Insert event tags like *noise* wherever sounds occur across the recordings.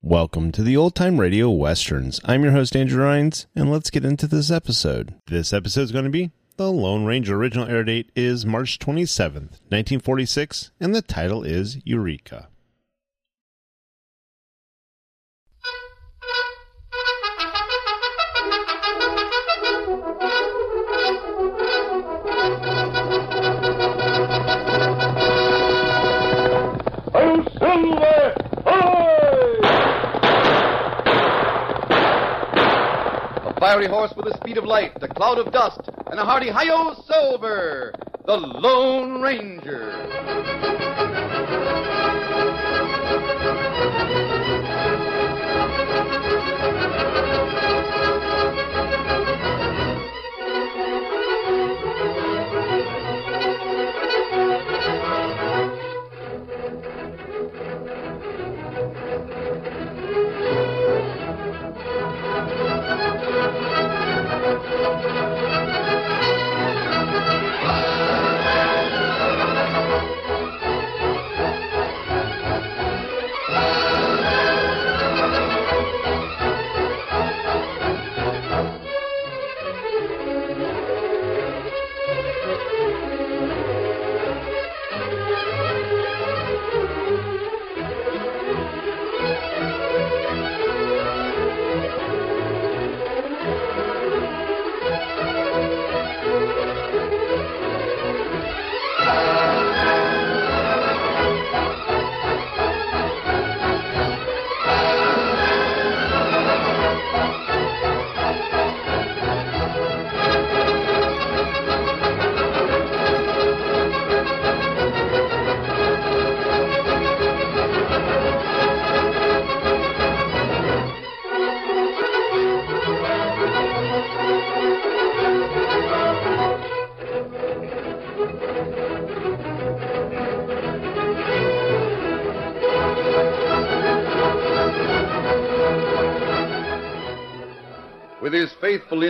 Welcome to the Old Time Radio Westerns. I'm your host, Andrew Rhines, and let's get into this episode. This episode is going to be The Lone Ranger. Original air date is March 27th, 1946, and the title is Eureka. Oh, Silver! A fiery horse with the speed of light, a cloud of dust, and a hearty hi-yo silver, the Lone Ranger. With his faithful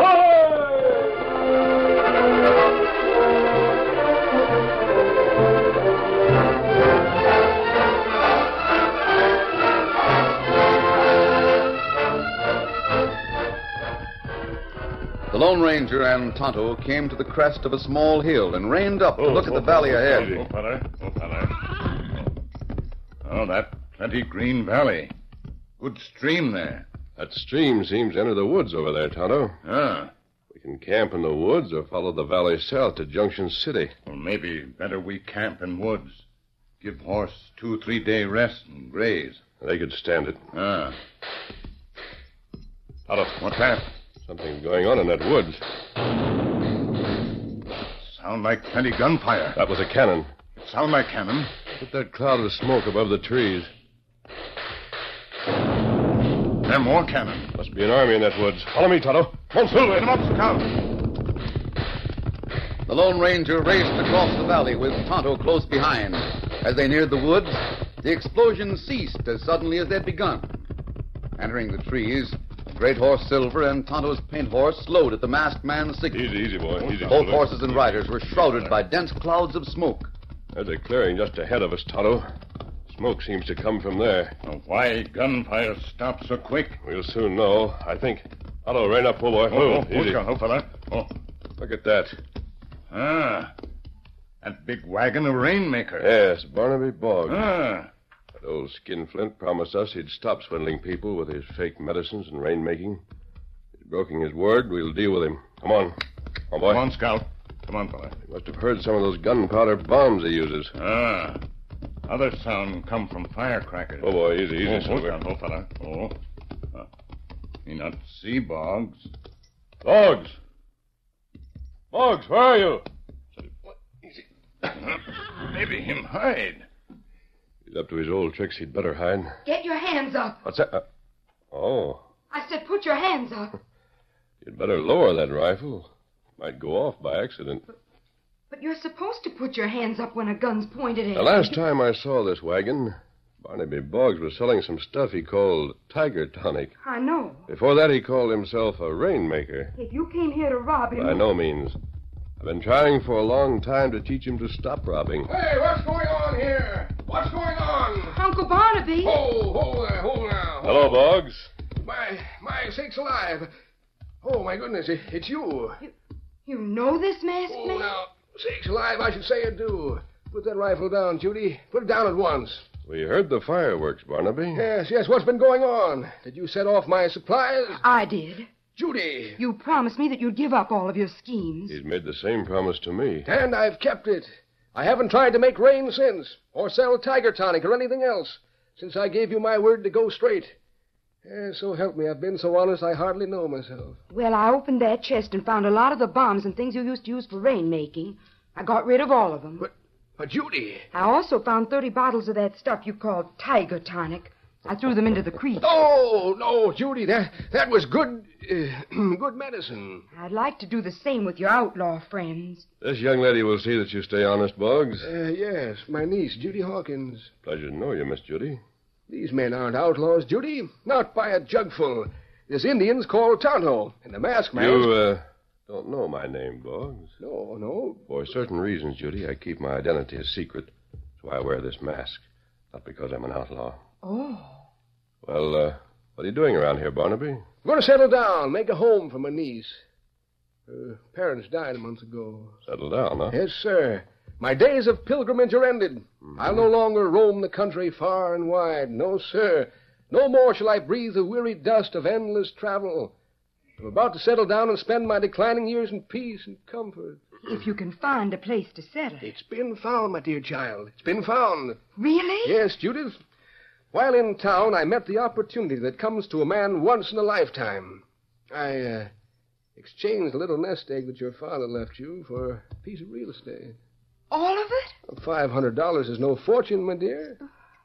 Hi! The Lone Ranger and Tonto came to the crest of a small hill and reined up to look at the valley Oh, ahead. fella. Oh, fella. Oh, that plenty green valley. Good stream there. That stream seems to enter the woods over there, Tonto. Ah, We can camp in the woods or follow the valley south to Junction City. well, maybe better we camp in woods. Give horse two, three day rest and graze. They could stand it. Ah. Tonto, what's that? Something's going on in that woods. Sound like plenty gunfire. That was a cannon. Sound like cannon. Look at that cloud of smoke above the trees. There more cannon. Must be an army in that woods. Follow me, Tonto. Come on, Get 'em Silver. up, scout. The Lone Ranger raced across the valley with Tonto close behind. As they neared the woods, the explosion ceased as suddenly as they'd begun. Entering the trees, Great Horse Silver and Tonto's paint horse slowed at the masked man's signal. Easy, easy, boy. Easy. Both horses and riders were shrouded by dense clouds of smoke. There's a clearing just ahead of us, Tonto. Smoke seems to come from there. Now, Why gunfire stop so quick? We'll soon know, I think. Tonto, rein up, poor boy. Oh, oh, Move. Easy. Watch out, oh, fella. Oh, Look at that. ah. That big wagon of Rainmaker. Yes, Barnaby Boggs. Ah. That old skinflint promised us he'd stop swindling people with his fake medicines and rainmaking. He's broken his word. We'll deal with him. Come on. Come on, boy. Come on, Scout. Come on, fella. You must have heard some of those gunpowder bombs he uses. Ah. Other sound come from firecrackers. Oh, boy, easy, easy, oh, hold Silver. on, oh, fella. Oh. Ah. Me not see Boggs. Boggs! Boggs, where are you? Easy. Maybe him hide. He's up to his old tricks. He'd better hide. Get your hands up. What's that? Uh, Oh, I said, put your hands up. you'd better lower that rifle. Might go off by accident. But you're supposed to put your hands up when a gun's pointed at The you. last time I saw this wagon, Barnaby Boggs was selling some stuff he called Tiger Tonic. I know. Before that, he called himself a rainmaker. If you came here to rob him, By no means. I've been trying for a long time to teach him to stop robbing. Hey, what's going on here? What's going on? Uncle Barnaby. Oh, hold there, hold now. Hello, Boggs. My, my sakes alive. Oh, my goodness, it- it's you. You know this masked Oh, man? now, sakes alive, I should say I do. Put that rifle down, Judy. Put it down at once. We heard the fireworks, Barnaby. Yes, yes, what's been going on? Did you set off my supplies? I did. Judy! You promised me that you'd give up all of your schemes. He's made the same promise to me. And I've kept it. I haven't tried to make rain since, or sell Tiger Tonic or anything else, since I gave you my word to go straight. Eh, so help me, I've been so honest I hardly know myself. Well, I opened that chest and found a lot of the bombs and things you used to use for rainmaking. I got rid of all of them. But, but Judy! I also found 30 bottles of that stuff you called tiger tonic. I threw them into the creek. Oh, no, Judy, that, that was good, uh, *clears throat* good medicine. I'd like to do the same with your outlaw friends. This young lady will see that you stay honest, Boggs. Uh, yes, my niece, Judy Hawkins. Pleasure to know Oh, you, Miss Judy. These men aren't outlaws, Judy. Not by a jugful. This Indian's called Tonto, and the masked man. You, uh, don't know my name, Boggs. No, no. For certain reasons, Judy, I keep my identity a secret. That's why I wear this mask. Not because I'm an outlaw. Oh. Well, uh, what are you doing around here, Barnaby? I'm going to settle down, make a home for my niece. Her parents died a month ago. Settle down, huh? Yes, sir. My days of pilgrimage are ended. Mm-hmm. I'll no longer roam the country far and wide. No, sir. No more shall I breathe the weary dust of endless travel. I'm about to settle down and spend my declining years in peace and comfort. If you can find a place to settle. It's been found, my dear child. It's been found. Really? Yes, Judith. While in town, I met the opportunity that comes to a man once in a lifetime. I uh, exchanged the little nest egg that your father left you for a piece of real estate. All of it? Five hundred dollars is no fortune, my dear.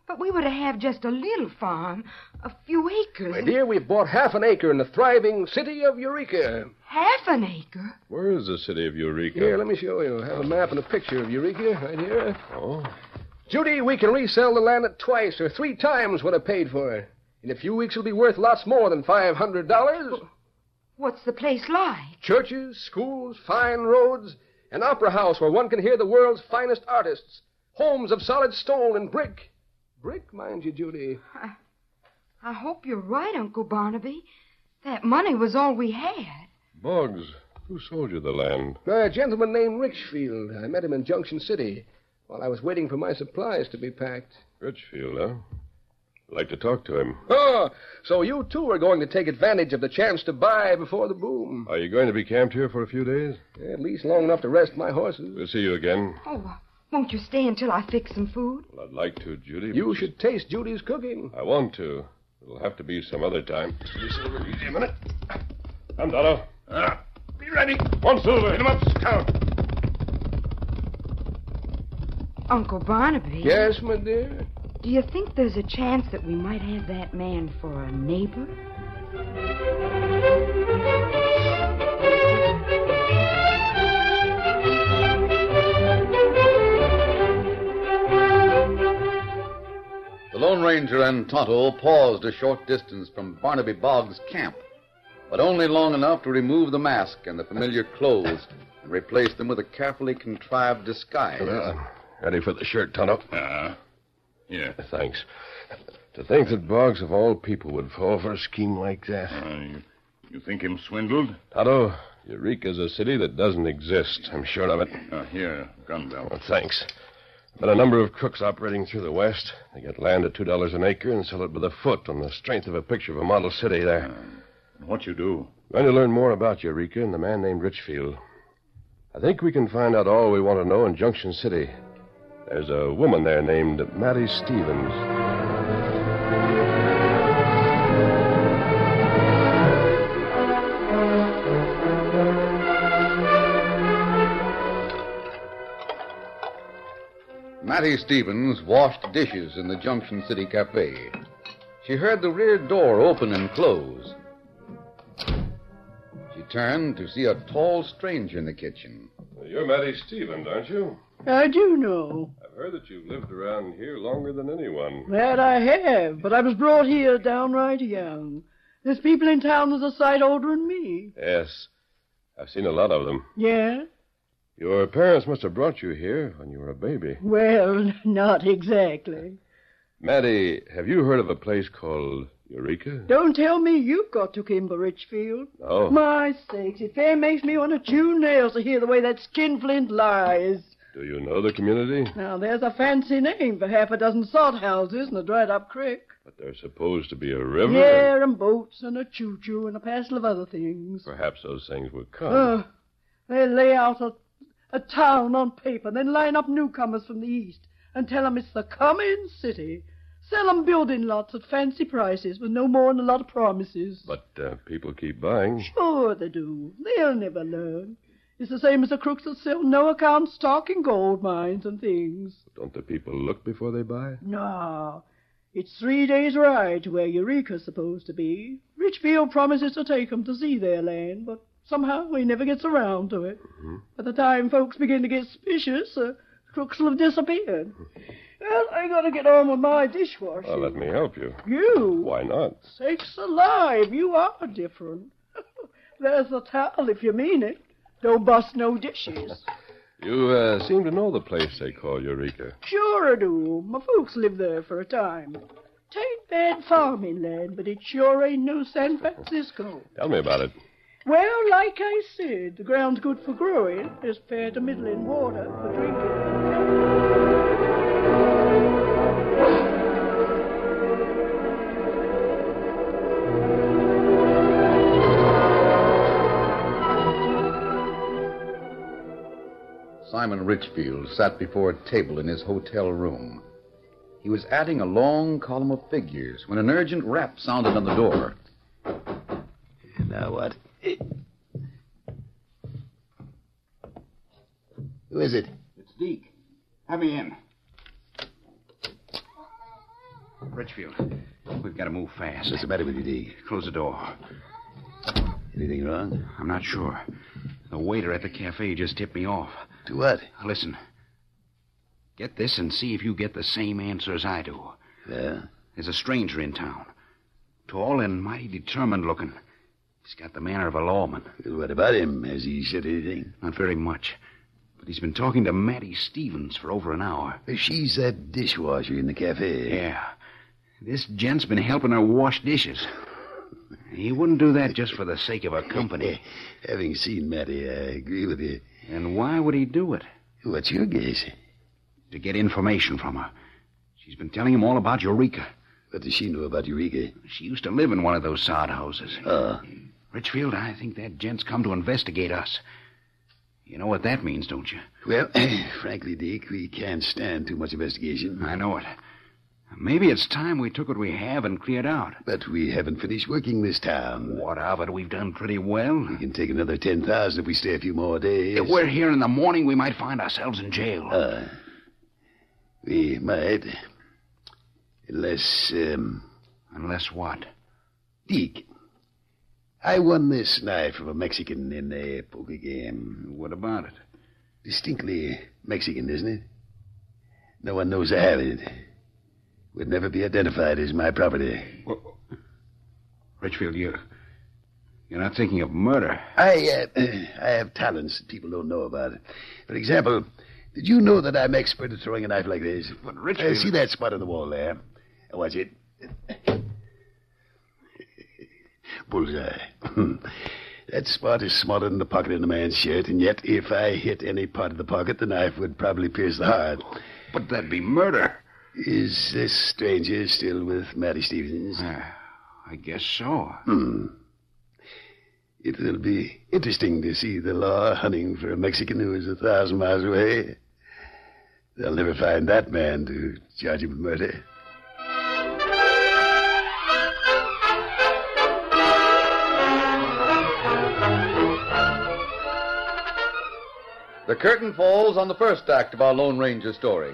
But we were to have just a little farm, a few acres, My and dear, we've bought half an acre in the thriving city of Eureka. half an acre. Where is the city of Eureka? Here, let me show you. I have a map and a picture of Eureka right here. Oh, Judy, we can resell the land at twice or three times what I paid for it. In a few weeks, it'll be worth lots more than five hundred dollars. What's the place like? Churches, schools, fine roads, an opera house where one can hear the world's finest artists, homes of solid stone and brick. Brick, mind you, Judy. I hope you're right, Uncle Barnaby. That money was all we had. Boggs, who sold you the land? By a gentleman named Richfield. I met him in Junction City while I was waiting for my supplies to be packed. Richfield, huh? I'd like to talk to him. Oh, so you too are going to take advantage of the chance to buy before the boom. Are you going to be camped here for a few days? At least long enough to rest my horses. We'll see you again. Oh, uh, won't you stay until I fix some food? Well, I'd like to, Judy. but You should taste Judy's cooking. I want to. It'll have to be some other time. Hey, Silver, easy a minute. Come, Tonto. be ready. One silver. Hit him up, scout. Uncle Barnaby? Yes, my dear. Do you think there's a chance that we might have that man for a neighbor? The Lone Ranger and Tonto paused a short distance from Barnaby Boggs' camp, but only long enough to remove the mask and the familiar clothes and replace them with a carefully contrived disguise. ready for the shirt, Tonto? Uh, Yeah. Thanks. To think that Boggs, of all people, would fall for a scheme like that. Uh, you, you think him swindled? Tonto, Eureka's a city that doesn't exist. I'm sure of it. Uh, here, gun belt. Well, thanks. Been a number of crooks operating through the West. They get land at two dollars an acre and sell it by the foot on the strength of a picture of a model city there. Uh, What you do? Going to learn more about Eureka and the man named Richfield. I think we can find out all we want to know in Junction City. There's a woman there named Mattie Stevens. Mattie Stevens washed dishes in the Junction City Cafe. She heard the rear door open and close. She turned to see a tall stranger in the kitchen. You're Mattie Stevens, aren't you? I do know. I've heard that you've lived around here longer than anyone. That I have, but I was brought here downright young. There's people in town that's a sight older than me. Yes. I've seen a lot of them. Yeah? Your parents must have brought you here when you were a baby. Well, *laughs* not exactly. Maddie, have you heard of a place called Eureka? Don't tell me you've got to Kimber Richfield. No. My sakes, it fair makes me want to chew nails to hear the way that skinflint lies. Do you know the community? Now, there's a fancy name for half a dozen salt houses and a dried up creek. But there's supposed to be a river. and Yeah, and boats and a choo choo and a passel of other things. Perhaps those things will come. Oh, they lay out a, a town on paper, then line up newcomers from the east and tell 'em it's the coming city. Sell 'em building lots at fancy prices with no more'n a lot of promises. But uh, people keep buying. Sure they do. They'll never learn. It's the same as the crooks that sell no account stock in gold mines and things. Don't the people look before they buy? No. It's three days' ride to where Eureka's supposed to be. Richfield promises to take 'em to see their land, but somehow he never gets around to it. By the time folks begin to get suspicious, uh, crooks will have disappeared. Well, I gotta get on with my dishwashing. Well, let me help you. You? Why not? Sakes alive, you are different. *laughs* There's the towel if you mean it. Don't bust no dishes. You uh, seem to know the place they call Eureka. Sure I do. My folks lived there for a time. Tain't bad farming land, but it sure ain't no San Francisco. Tell me about it. Well, like I said, the ground's good for growing. There's fair to middling water for drinking. Simon Richfield sat before a table in his hotel room. He was adding a long column of figures when an urgent rap sounded on the door. Now what? Who is it? It's Deke. Have me in. Richfield. We've got to move fast. What's the matter with you, Deke? Close the door. Anything wrong? I'm not sure. The waiter at the cafe just tipped me off. To what? Listen. Get this and see if you get the same answer as I do. Yeah. There's a stranger in town. Tall and mighty determined looking. He's got the manner of a lawman. What about him? Has he said anything? Not very much. But he's been talking to Mattie Stevens for over an hour. She's that dishwasher in the cafe. Yeah. This gent's been helping her wash dishes. He wouldn't do that just for the sake of her company. *laughs* Having seen Matty, I agree with you. And why would he do it? What's your guess? To get information from her. She's been telling him all about Eureka. What does she know about Eureka? She used to live in one of those sod houses. Oh, Richfield, I think that gent's come to investigate us. You know what that means, don't you? well, *clears throat* frankly, Dick, we can't stand too much investigation. I know it. Maybe it's time we took what we have and cleared out. But we haven't finished working this time. What of it? We've done pretty well. We can take another 10,000 if we stay a few more days. If we're here in the morning, we might find ourselves in jail. Uh, we might. Unless, um, Unless what? Deke. I won this knife from a Mexican in a poker game. What about it? Distinctly Mexican, isn't it? No one knows I have it. Would never be identified as my property. Richfield, you. You're not thinking of murder. I, uh, *clears throat* I have talents that people don't know about. For example, did you know that I'm expert at throwing a knife like this? But Uh, Richfield. see that spot on the wall there? Uh, Watch it. *laughs* Bullseye. *laughs* that spot is smaller than the pocket in a man's shirt, and yet if I hit any part of the pocket, the knife would probably pierce the heart. But that'd be murder. Is this stranger still with Matty Stevens? Uh, I guess so. It will be interesting to see the law hunting for a Mexican who is a thousand miles away. They'll never find that man to charge him with murder. The curtain falls on the first act of our Lone Ranger story.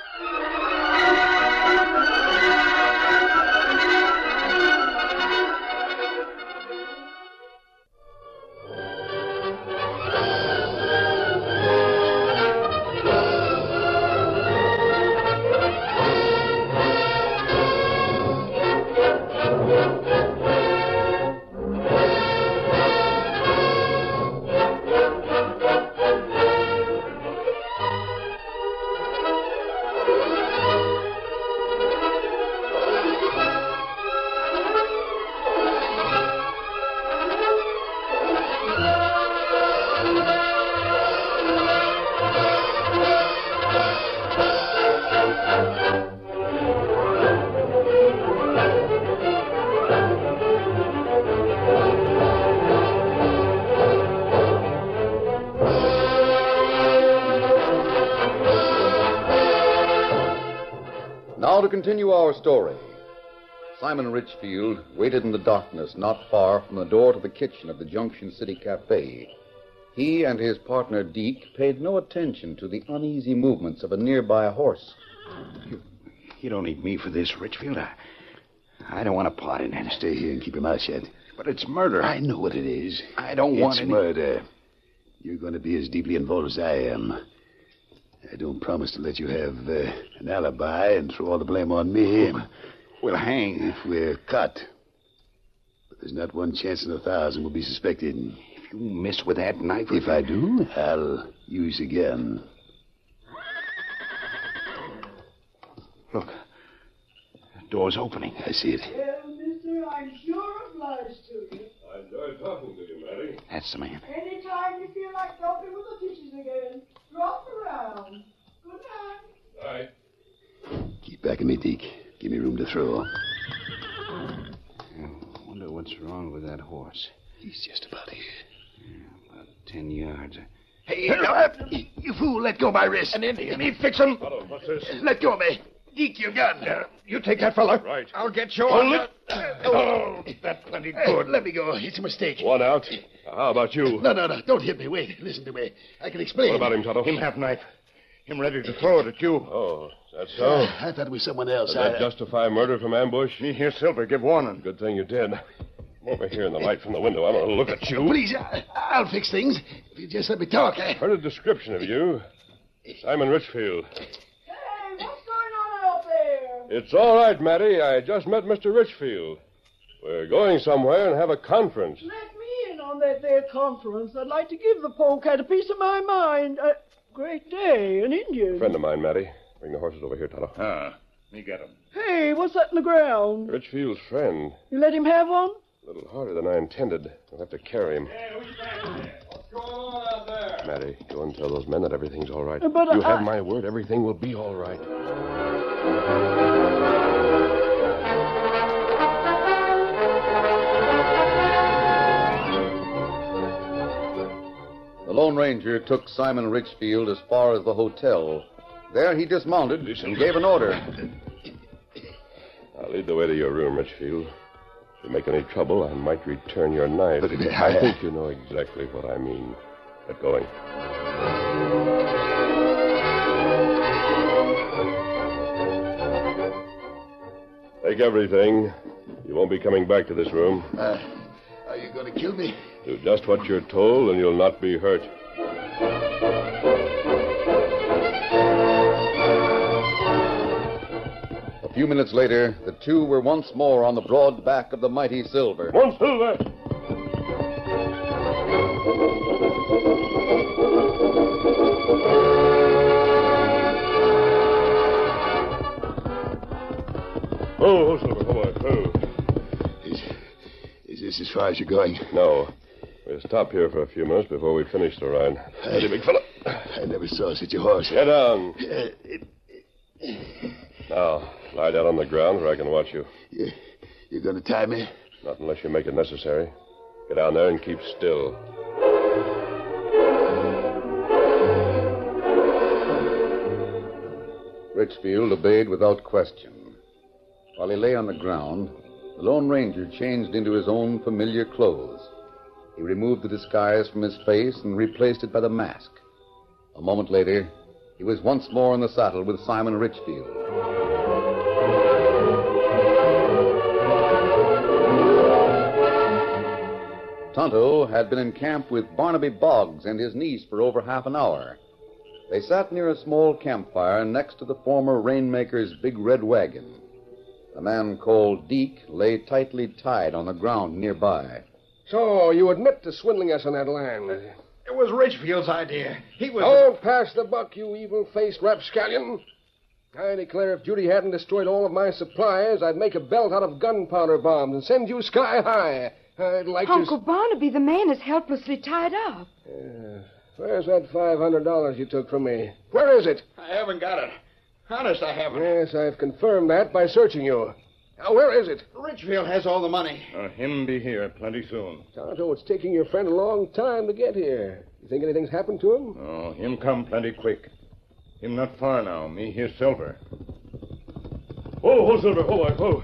Now to continue our story. Simon Richfield waited in the darkness not far from the door to the kitchen of the Junction City Cafe. He and his partner Deke paid no attention to the uneasy movements of a nearby horse. You don't need me for this, Richfield. I, I don't want to part in it. Stay here and keep your mouth shut. But it's murder. I know what it is. I don't it's want any- murder. You're going to be as deeply involved as I am. I don't promise to let you have uh, an alibi and throw all the blame on me. We'll hang. If we're caught, but there's not one chance in a thousand we'll be suspected. If you miss with that knife, If I do, I'll use a gun. Look, the door's opening. I see it. Well, mister, I'm sure obliged to you. I enjoyed talking to you, Matty. That's the man. Anytime you feel like helping with the dishes again, drop around. Good night. All right. Keep backing me, Deke. Give me room to throw. I wonder what's wrong with that horse. He's just about here. About ten yards. Hey, you fool! Let go my wrist. An Indian. Me fix him. Hold on, what's this? Let go of me. Deke, your gun. you take that fella. Right. I'll get you. Hold it. Oh, that plenty good. let me go. It's a mistake. One out. How about you? No, no, no. Don't hit me. Wait. Listen to me. I can explain. What about him, Tonto? Him half knife. Him ready to throw it at you. Oh, that's so. I thought it was someone else. Does that justify murder from ambush? me here, Silver. Give warning. Good thing you did. Come over here in the light from the window. I want to look at you. Please, I, I'll fix things. If you just let me talk. eh? I... Heard a description of you. Simon Richfield. Hey, what's going on out there? It's all right, Matty. I just met Mr. Richfield. We're going somewhere and have a conference. Let me in on that there conference. I'd like to give the polecat a piece of my mind. Uh, great day, an Indian. Friend of mine, Matty. Bring the horses over here, Tonto. Ah, me got him. Hey, what's that in the ground? Richfield's friend. You let him have one? A little harder than I intended. I'll have to carry him. Matty, go and tell those men that everything's all right. But you I- have my word, everything will be all right. The Lone Ranger took Simon Richfield as far as the hotel. There he dismounted and gave an order. I'll lead the way to your room, Richfield. If you make any trouble, I might return your knife. But, uh, I think you know exactly what I mean. Get going. Uh, Take everything. You won't be coming back to this room. Uh, are you going to kill me? Do just what you're told, and you'll not be hurt. A few minutes later, the two were once more on the broad back of the mighty Silver. One silver! Oh, silver, come on, oh. Is, is this as far as you're going? No. We'll stop here for a few minutes before we finish the ride. Steady, big fella. I never saw such a horse. Get down. Uh, it- Now, lie down on the ground where I can watch you. you, you're going to tie me? Not unless you make it necessary. Get down there and keep still. Richfield obeyed without question. While he lay on the ground, the Lone Ranger changed into his own familiar clothes. He removed the disguise from his face and replaced it by the mask. A moment later, he was once more in the saddle with Simon Richfield. Tonto had been in camp with Barnaby Boggs and his niece for over half an hour. They sat near a small campfire next to the former rainmaker's big red wagon. The man called Deke lay tightly tied on the ground nearby. So, you admit to swindling us on that land. It was Ridgefield's idea. He was. Don't pass the buck, you evil faced rapscallion. I declare if Judy hadn't destroyed all of my supplies, I'd make a belt out of gunpowder bombs and send you sky high. I'd like Uncle to. Barnaby, the man is helplessly tied up. Uh, where's that $500 you took from me? Where is it? I haven't got it. Honest, I haven't. Yes, I've confirmed that by searching you. Now, where is it? Ridgefield has all the money. him be here plenty soon. Tonto, it's taking your friend a long time to get here. You think anything's happened to him? Oh, him come plenty quick. Him not far now. Me here Silver. Whoa, whoa, Oh, Silver. Whoa, why, whoa.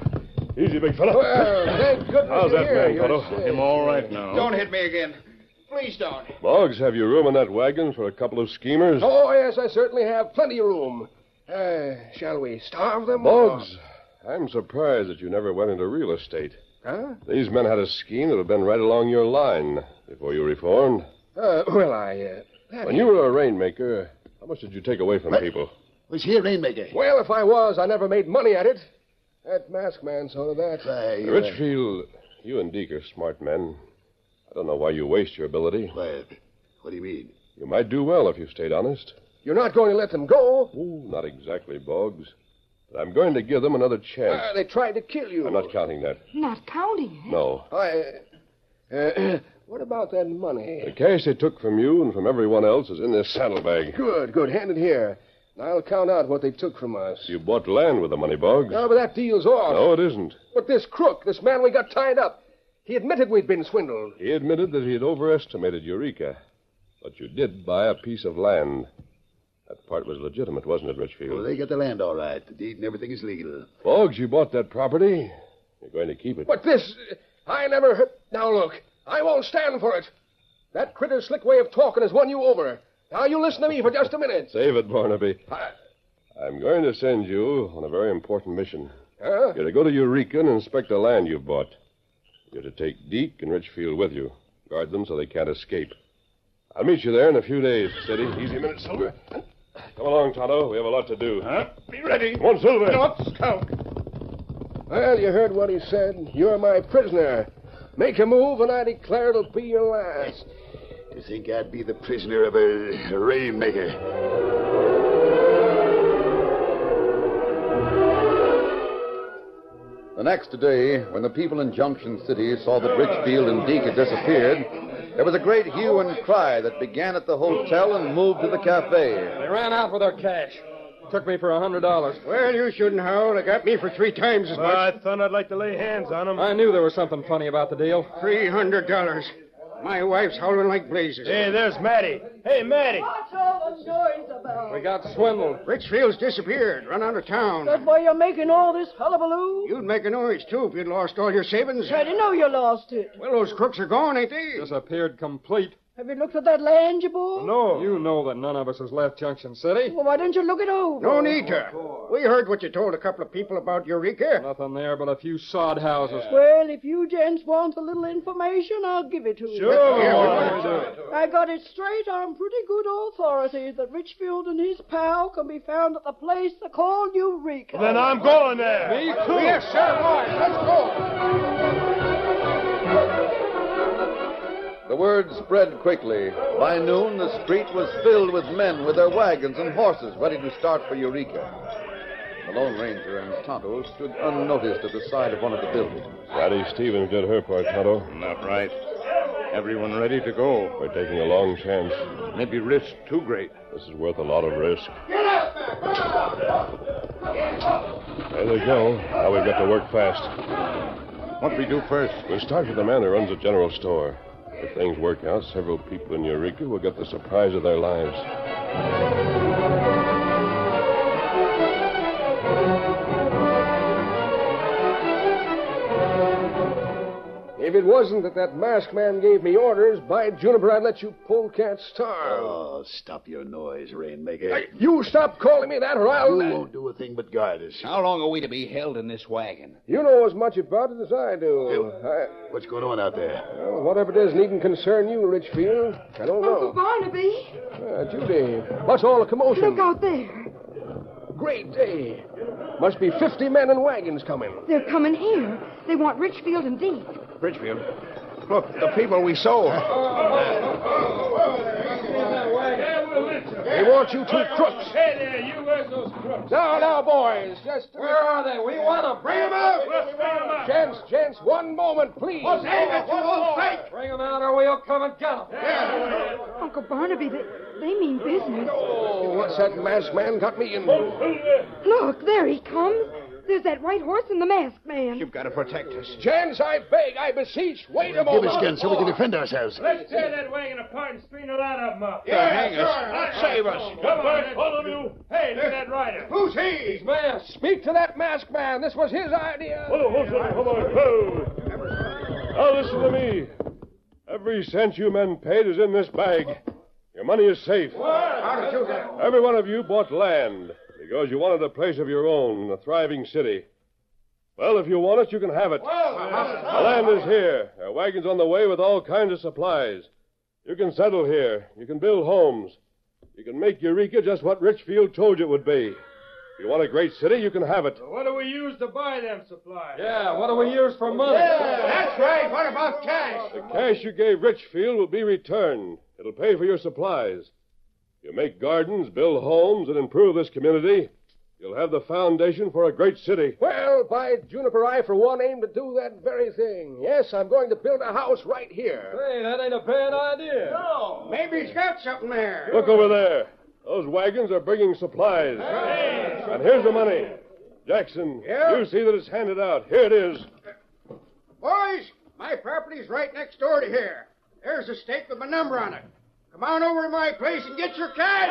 Easy, big fella. Well, thank goodness How's you're that here. man, You're Toto? safe. Him all right now. Don't hit me again. Please don't. Boggs, have you room in that wagon for a couple of schemers? Oh, yes, I certainly have plenty of room. Uh, shall we starve them? Boggs, I'm surprised that you never went into real estate. Huh? These men had a scheme that had been right along your line before you reformed. Uh, well, I. Uh, that- When you were a rainmaker, how much did you take away from people? Was here, Rainmaker? Well, if I was, I never made money at it. That mask man saw to that. Why, uh, Richfield, you and Deke are smart men. I don't know why you waste your ability. why, what do you mean? You might do well if you stayed honest. You're not going to let them go. Oh, not exactly, Boggs. But I'm going to give them another chance. Uh, they tried to kill you. I'm not counting that. Not counting it. No. I. Uh, uh, *clears throat* what about that money? The cash they took from you and from everyone else is in this saddlebag. Good, good. Hand it here. I'll count out what they took from us. You bought land with the money, Boggs. No, but that deal's off. No, it isn't. But this crook, this man we got tied up, he admitted we'd been swindled. He admitted that he had overestimated Eureka. But you did buy a piece of land. That part was legitimate, wasn't it, Well, Richfield? they got the land all right. The deed and everything is legal. Boggs, you bought that property. You're going to keep it. But this, I never heard. Now look, I won't stand for it. That critter's slick way of talking has won you over. Now you listen to me for just a minute. Save it, Barnaby. I- I'm going to send you on a very important mission. Huh? You're to go to Eureka and inspect the land you bought. You're to take Deke and Richfield with you. Guard them so they can't escape. I'll meet you there in a few days, Steady. Easy a minute, Silver. Come along, Tonto. We have a lot to do. Huh? Be ready. Come on, Silver. skulk. Well, you heard what he said. You're my prisoner. Make a move, and I declare it'll be your last. You think I'd be the prisoner of a, a Rainmaker? The next day, when the people in Junction City saw that Richfield and Deke had disappeared, there was a great hue and cry that began at the hotel and moved to the cafe. They ran out with our cash. Took me for a hundred dollars. Well, you shouldn't, Howell. They got me for three times as I thought I'd like to lay hands on him. I knew there was something funny about the deal. Three hundred dollars. My wife's howling like blazes. Hey, there's Maddie. Hey, Maddie. What's all the noise about? We got swindled. Richfield's disappeared. Run out of town. That's why you're making all this hullabaloo? You'd make a noise, too, if you'd lost all your savings. I already know you lost it. Well, those crooks are gone, ain't they? Disappeared complete. Have you looked at that land you bought? No. You know that none of us has left Junction City. Well, why don't you look it over? No need to. We heard what you told a couple of people about Eureka. Nothing there but a few sod houses. Well, if you gents want a little information, I'll give it to you. Sure. I got it straight on pretty good authority that Richfield and his pal can be found at the place they call Eureka. Then I'm going there. Me too. Yes, sir, boys. Let's go. The word spread quickly. By noon, the street was filled with men with their wagons and horses ready to start for Eureka. The Lone Ranger and Tonto stood unnoticed at the side of one of the buildings. Patty Stevens did her part, Tonto. Not right. Everyone ready to go. We're taking a long chance. Maybe risk too great. This is worth a lot of risk. There they go. Now we've got to work fast. What we do first? We'll start with the man who runs the general store. If things work out, several people in Eureka will get the surprise of their lives. If it wasn't that that masked man gave me orders, by Juniper, I'd let you polecat starve. Oh, stop your noise, Rainmaker. You stop calling me that, or I'll. You won't do a thing but guide us. How long are we to be held in this wagon? You know as much about it as I do. I- What's going on out there? well, whatever it is needn't concern you, Richfield. I don't Uncle know. Barnaby, Uh, Judy, what's all the look commotion? out there. Oh, Great day. Must be 50 men in wagons coming. They're coming here. They want Richfield and Deep. Richfield. Look, the people we sold. *laughs* They want you two crooks. Hey there, you, where's those crooks? Now, now, boys, just a minute. are they? We want to bring them out. Let's bring them out. Gents, gents, one moment, please. Bring them out or we'll come and get them. Uncle Barnaby, they, they mean business. Oh, what's that masked man got me in? Look, there he comes. There's that white horse and the masked man. You've got to protect us. Gents, I beg, I beseech, wait a Give moment. us guns so we can defend ourselves. Let's tear that wagon apart and string a lot of them up. Yeah, hang us. Save us. Come on, follow you. Hey, look at that rider. Who's he? Man, speak to that masked man. This was his idea. Whoa, whoa, whoa, whoa, whoa. Now listen to me. Every cent you men paid is in this bag. Your money is safe. How did you get it? Every one of you bought land because you wanted a place of your own, a thriving city. Well, if you want it, you can have it. The land is here. There are wagons on the way with all kinds of supplies. You can settle here. You can build homes. You can make Eureka just what Richfield told you it would be. If you want a great city, you can have it. What do we use to buy them supplies? Yeah, what do we use for money? That's right. What about cash? The cash you gave Richfield will be returned. It'll pay for your supplies. You make gardens, build homes, and improve this community. You'll have the foundation for a great city. Well, by Juniper, I for one aim to do that very thing. Yes, I'm going to build a house right here. Hey, that ain't a bad idea. No. Maybe he's got something there. Look over there. Those wagons are bringing supplies. And here's the money. Jackson, Yeah? you see that it's handed out. Here it is. Boys, my property's right next door to here. There's a stake with my number on it. Come on over to my place and get your cash.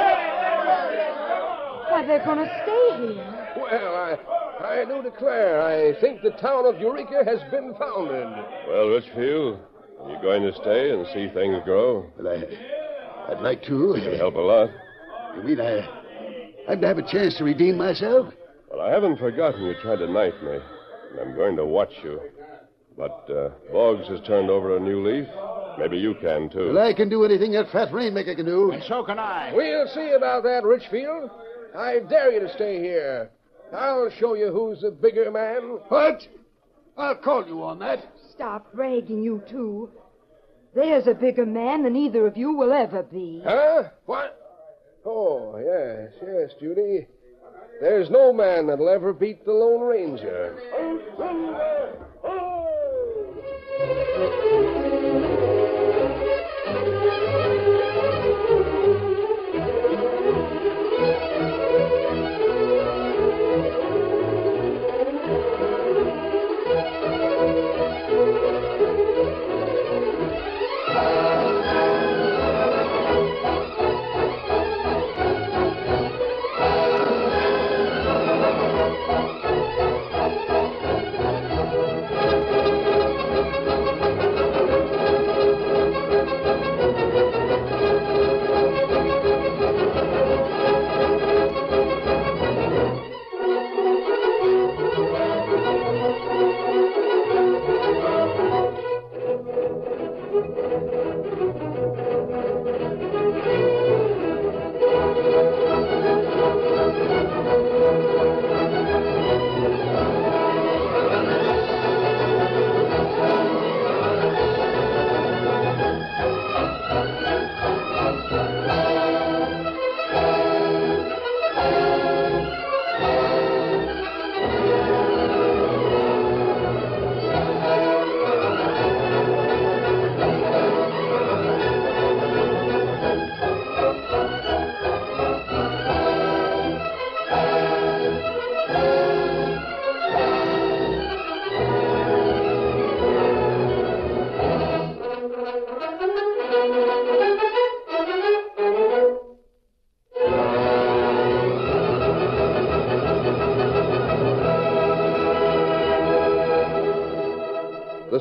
Why, they're going to stay here. Well, I, I do declare, I think the town of Eureka has been founded. Well, Richfield, are you going to stay and see things grow? Well, I, I'd like to. help a lot. You mean I, I'd have a chance to redeem myself? Well, I haven't forgotten you tried to knife me, and I'm going to watch you. But uh, Boggs has turned over a new leaf. Maybe you can, too. Well, I can do anything that fat Rainmaker can do. So can I. We'll see about that, Richfield. I dare you to stay here. I'll show you who's the bigger man. What? I'll call you on that. Stop bragging, you two. There's a bigger man than either of you will ever be. Huh? What? Oh, yes, yes, Judy. There's no man that'll ever beat the Lone Ranger. The